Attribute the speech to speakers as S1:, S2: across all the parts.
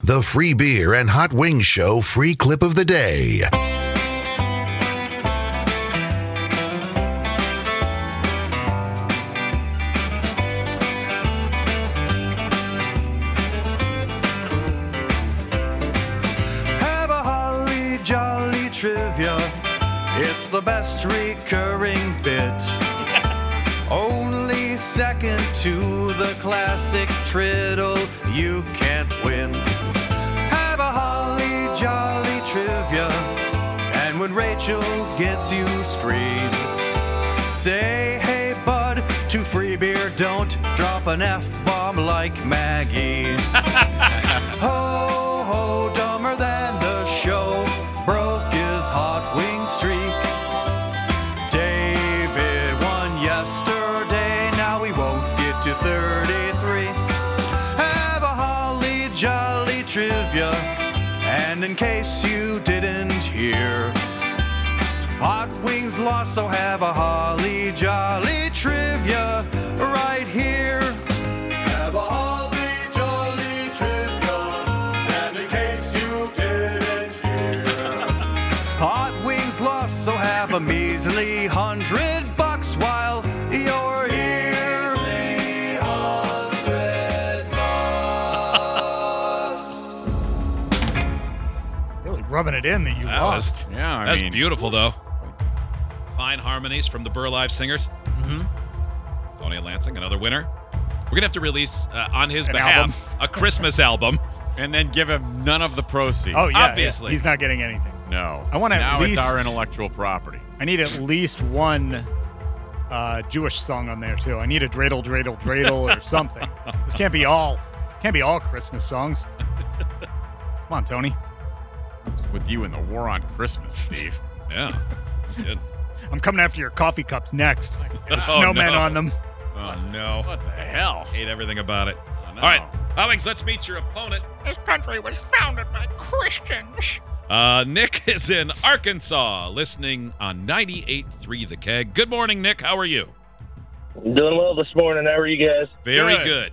S1: The Free Beer and Hot Wings Show free clip of the day.
S2: Have a holly jolly trivia. It's the best recurring bit. Only second to the classic triddle you can't win. Have a holly jolly trivia. And when Rachel gets you scream, say hey bud to free beer. Don't drop an F bomb like Maggie. Ho ho, dumber than the show. Broke his hot wing streak. David won yesterday. Now he won't get to 33. Have a holly jolly trivia. And in case you didn't hear, Hot Wings lost, so have a holly jolly trivia right here. Have a holly jolly trivia, and in case you didn't hear, Hot Wings lost, so have a measly hundred bucks while you're here.
S3: Really rubbing it in that you
S4: That was-
S3: lost.
S5: Yeah, I
S4: That's
S5: mean,
S4: beautiful, though. Fine harmonies from the Burr Live Singers. Mm-hmm. Tony Lansing, another winner. We're gonna have to release uh, on his
S3: An
S4: behalf
S3: album.
S4: a Christmas album.
S5: And then give him none of the proceeds.
S3: Oh yeah, yeah.
S4: Obviously.
S3: he's not getting anything.
S5: No.
S3: I wanna at
S5: Now
S3: least-
S5: it's our intellectual property.
S3: I need at least one uh, Jewish song on there too. I need a dreidel, dreidel, dreidel, or something. This can't be all. Can't be all Christmas songs. Come on, Tony.
S5: With you and the war on Christmas, Steve.
S4: Yeah. Good.
S3: I'm coming after your coffee cups next. Got a
S4: Oh,
S3: snowman
S4: no.
S3: on them.
S4: Oh no.
S5: What the hell?
S4: Hate everything about it.
S5: I know.
S4: All right, Owings, let's meet your opponent.
S6: This country was founded by Christians.
S4: Uh, Nick is in Arkansas, listening on 98.3 The Keg. Good morning, Nick. How are you?
S7: Doing well this morning. How are you guys?
S4: Very
S5: Good.
S4: good.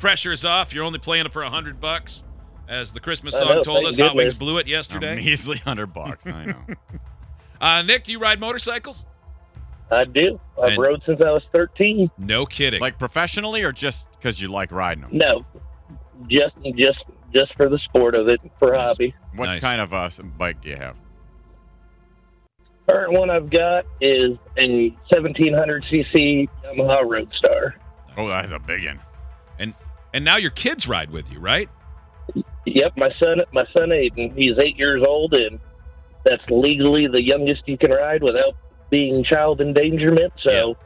S4: Pressure's off. You're only playing it for a hundred bucks, as the Christmas
S7: I
S4: song
S7: know,
S4: told
S7: thank
S4: us. Hot Wings
S7: goodness.
S4: blew it
S5: A
S4: yesterday.
S5: measly hundred bucks. I know.
S4: Uh, Nick, do you ride motorcycles?
S7: I do. I've
S4: And-
S7: rode since I was 13.
S4: No kidding.
S5: like professionally or just because you like riding them?
S7: No, just just just for the sport of it, for
S4: Nice.
S7: hobby.
S5: What
S4: Nice.
S5: kind of uh, s- bike do you have?
S7: Current one I've got is a 1700 cc Yamaha Roadstar.
S5: Oh, that's a big one.
S4: and and now your kids ride with you, right?
S7: Yep, my son, my son Aiden, he's eight years old, and that's legally the youngest you can ride without being child endangerment. So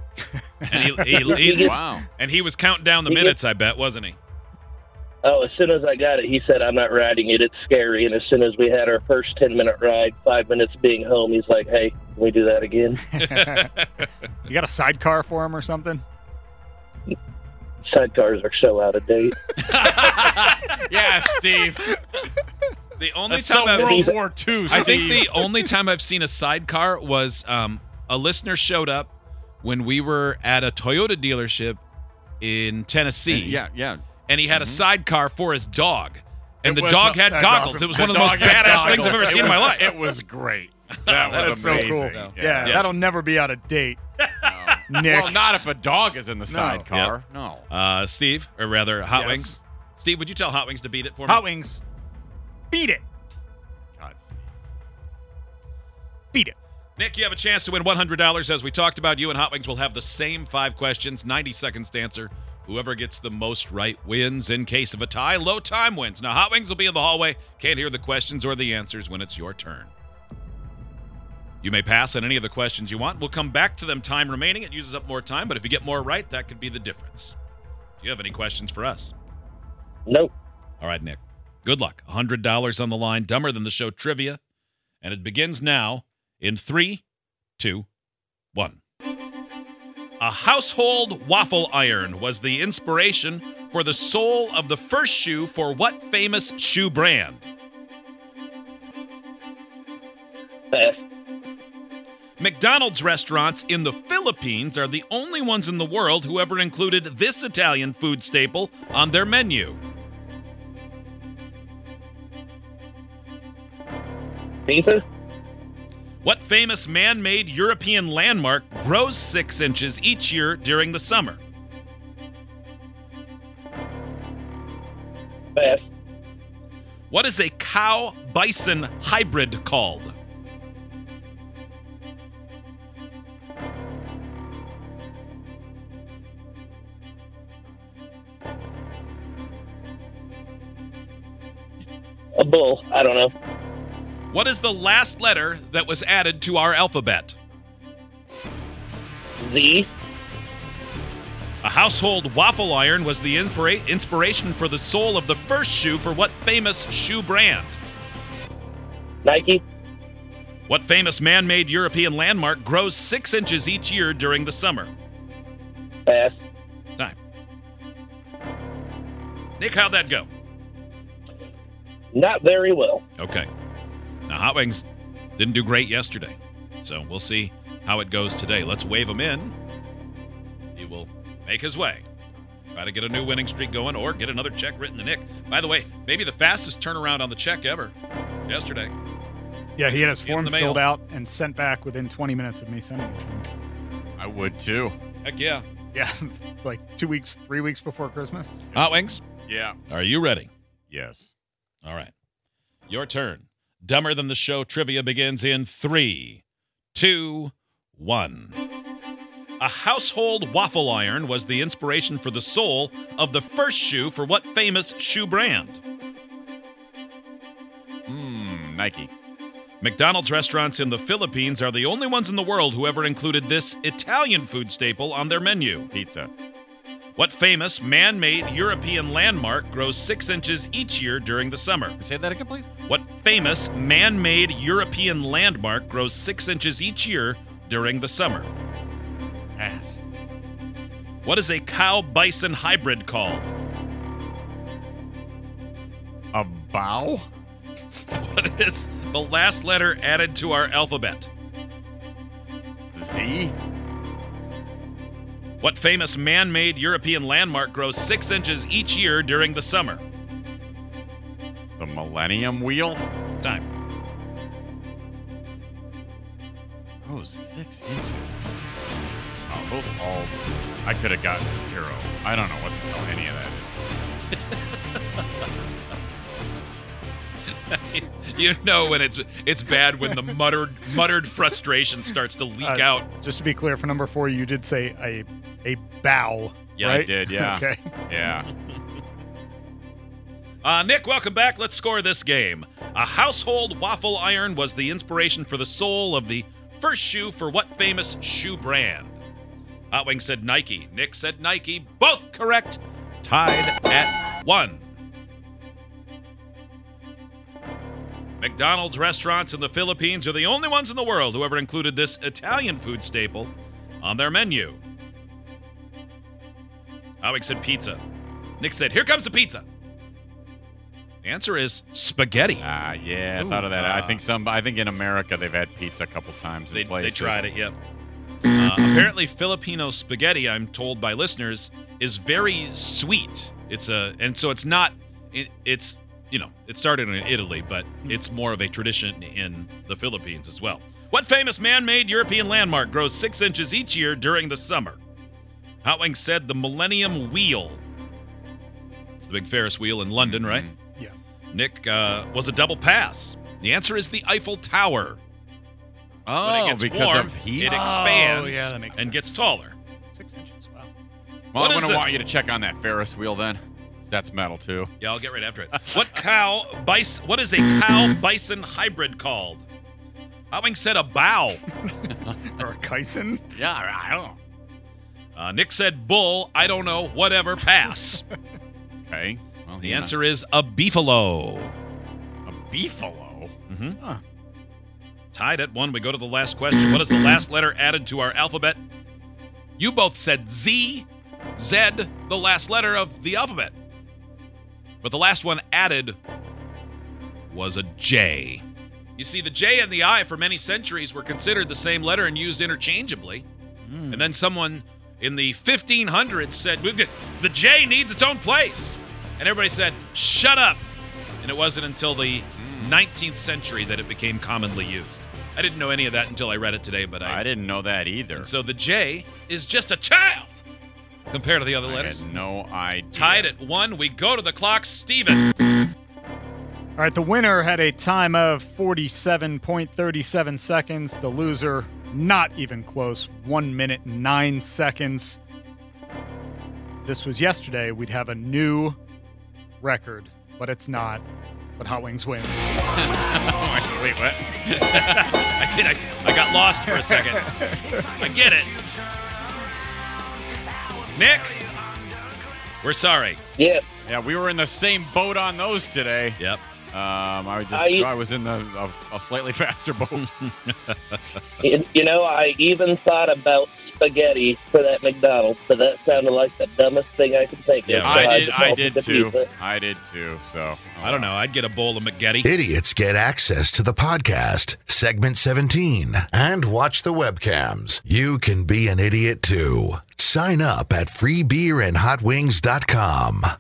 S4: And he, he, he-
S5: Wow.
S4: and he was counting down the
S7: He gets-
S4: minutes. I bet wasn't he?
S7: Oh, as soon as I got it, he said, I'm not riding it. It's scary. And as soon as we had our first 10 minute ride, five minutes being home, he's like, hey, can we do that again?
S3: You got a sidecar for him or something?
S7: Sidecars are so out of date.
S5: yeah, Steve.
S4: The only
S5: That's so
S4: time I've,
S5: World War II. Steve.
S4: I think the only time I've seen a sidecar was um, a listener showed up when we were at a Toyota dealership in Tennessee.
S5: yeah, yeah.
S4: and he had a sidecar for his dog. And
S5: It
S4: the
S5: was
S4: dog
S5: a-
S4: had
S3: that's
S4: goggles.
S3: awesome.
S4: It was
S5: The
S4: one of the most
S5: dog had
S4: badass things I've
S5: goggles.
S4: ever
S5: It
S4: seen in my
S5: was-
S4: life.
S5: It was great. That was
S3: That's so
S5: amazing.
S3: cool.
S5: Yeah.
S3: Yeah,
S4: Yeah.
S3: that'll never be out of date,
S5: No.
S3: Nick.
S5: Well, not if a dog is in the sidecar. No.
S4: Uh, Steve, or rather, Hot
S3: Yes.
S4: Wings. Steve, would you tell Hot Wings to beat it for me?
S3: Hot Wings, beat it.
S5: God's
S3: Beat it.
S4: Nick, you have a chance to win $100. As we talked about, you and Hot Wings will have the same five questions, 90 seconds to answer. Whoever gets the most right wins. In case of a tie, low time wins. Now, Hot Wings will be in the hallway. Can't hear the questions or the answers when it's your turn. You may pass on any of the questions you want. We'll come back to them time remaining. It uses up more time, but if you get more right, that could be the difference. Do you have any questions for us?
S7: Nope.
S4: All right, Nick. Good luck. $100 on the line, dumber than the show trivia. And it begins now in three, two, one. A household waffle iron was the inspiration for the sole of the first shoe for what famous shoe brand?
S7: Pass.
S4: McDonald's restaurants in the Philippines are the only ones in the world who ever included this Italian food staple on their menu.
S7: Pizza?
S4: What famous man made European landmark grows six inches each year during the summer?
S7: Pass.
S4: What is a cow bison hybrid called?
S7: A bull. I don't know.
S4: What is the last letter that was added to our alphabet?
S7: Z?
S4: A household waffle iron was the inspira- inspiration for the sole of the first shoe for what famous shoe brand?
S7: Nike?
S4: What famous man made European landmark grows six inches each year during the summer?
S7: Pass.
S4: Time. Nick, how'd that go?
S7: Not very well.
S4: Okay. Now, Hot Wings didn't do great yesterday, so we'll see how it goes today. Let's wave him in. He will make his way. Try to get a new winning streak going or get another check written to Nick. By the way, maybe the fastest turnaround on the check ever yesterday.
S3: Yeah, he had his
S4: Get in
S3: form
S4: the mail.
S3: filled out and sent back within 20 minutes of me sending it to him.
S5: I would too.
S4: Heck yeah.
S3: Yeah, like two weeks, three weeks before Christmas.
S4: Hot Wings,
S5: Yeah.
S4: are you ready?
S5: Yes.
S4: All right. Your turn. Dumber Than the Show trivia begins in three, two, one. A household waffle iron was the inspiration for the sole of the first shoe for what famous shoe brand?
S5: Mmm. Nike.
S4: McDonald's restaurants in the Philippines are the only ones in the world who ever included this Italian food staple on their menu.
S5: Pizza.
S4: What famous man made European landmark grows six inches each year during the summer?
S5: Say that again, please.
S4: What famous man made European landmark grows six inches each year during the summer?
S5: Pass.
S4: What is a cow bison hybrid called?
S5: A bow?
S4: What is the last letter added to our alphabet?
S5: Z?
S4: What famous man made European landmark grows six inches each year during the summer?
S5: The Millennium Wheel?
S4: Time.
S5: Oh, six inches. Oh, those all. I could have gotten zero. I don't know what the hell any of that is.
S4: You know when it's it's bad when the muttered muttered frustration starts to leak
S3: Uh, Just to be clear, for number four, you did say a a bow.
S4: Yeah, I
S3: right?
S5: did, yeah.
S3: okay.
S5: Yeah.
S4: Uh, Nick, welcome back. Let's score this game. A household waffle iron was the inspiration for the sole of the first shoe for what famous shoe brand? Hot Wing Ah said Nike. Nick said Nike. Both correct. Tied at one. McDonald's restaurants in the Philippines are the only ones in the world who ever included this Italian food staple on their menu. Hot Wing said pizza. Nick said, Here comes the pizza. The answer is spaghetti.
S5: Ah, yeah. I
S4: Ooh,
S5: thought of that.
S4: uh,
S5: I think some. I think in America they've had pizza a couple times.
S4: They,
S5: in
S4: they
S5: places.
S4: tried it, yep. Uh, apparently, Filipino spaghetti, I'm told by listeners, is very sweet. It's a, and so it's not, it, it's, you know, it started in Italy, but it's more of a tradition in the Philippines as well. What famous man made European landmark grows six inches each year during the summer? Hot Wing said the Millennium Wheel. It's the big Ferris wheel in London, right?
S5: Mhm.
S3: Yeah.
S4: Nick uh, was a double pass. The answer is the Eiffel Tower.
S5: Oh,
S4: when it gets
S5: because
S4: warm,
S5: of heat.
S4: it
S3: Oh,
S4: expands
S3: yeah, that makes
S4: and gets
S3: sense.
S4: taller.
S3: Six inches. Wow.
S5: well,
S4: what
S5: I'm
S4: is
S5: gonna
S4: it?
S5: want you to check on that Ferris wheel then. 'cause That's metal too.
S4: Yeah, I'll get right after it. What cow bison? What is a cow bison hybrid called? Howing said a bow.
S3: Or a Kyson?
S5: Yeah, I don't know.
S4: Uh, Nick said bull. I don't know. Whatever. Pass.
S5: Okay. Well,
S4: The
S5: yeah.
S4: answer is a beefalo.
S5: a beefalo.
S4: Mhm.
S5: Huh.
S4: Tied at one. We go to the last question. What is the last letter added to our alphabet? You both said Z, Z, the last letter of the alphabet. But the last one added was a J. You see, the J and the I for many centuries were considered the same letter and used interchangeably. And then someone in the 1500s said, "We get- The J needs its own place. And everybody said, Shut up. And it wasn't until the 19th century that it became commonly used. I didn't know any of that until I read it today, but I,
S5: I didn't know that either.
S4: So the J is just a child compared to the other
S5: I
S4: letters.
S5: had no idea.
S4: Tied at one. We go to the clock. Steven. Oh,
S3: All right, the winner had a time of 47.37 seconds. The loser, not even close, one minute, nine seconds. If This was yesterday. We'd have a new record, but it's not. But Hot Wings wins.
S5: Oh, wait, what?
S4: I did. I, I got lost for a second. I get it. Nick, we're sorry.
S7: Yeah,
S5: Yeah, we were in the same boat on those today.
S4: Yep.
S5: Um, I was just
S7: I-
S5: I, was in the a, a slightly faster boat.
S7: you you know, I even thought about spaghetti for that McDonald's, but that sounded like the dumbest thing I could think
S4: Yeah,
S7: of. so
S5: I did.
S7: just
S5: I
S7: called it
S5: did
S7: the
S5: too.
S7: pizza.
S5: I did too. So
S4: I don't know. I'd get a bowl of McGetty.
S1: Idiots get access to the podcast, segment 17, and watch the webcams. You can be an idiot too. Sign up at freebeerandhotwings.com.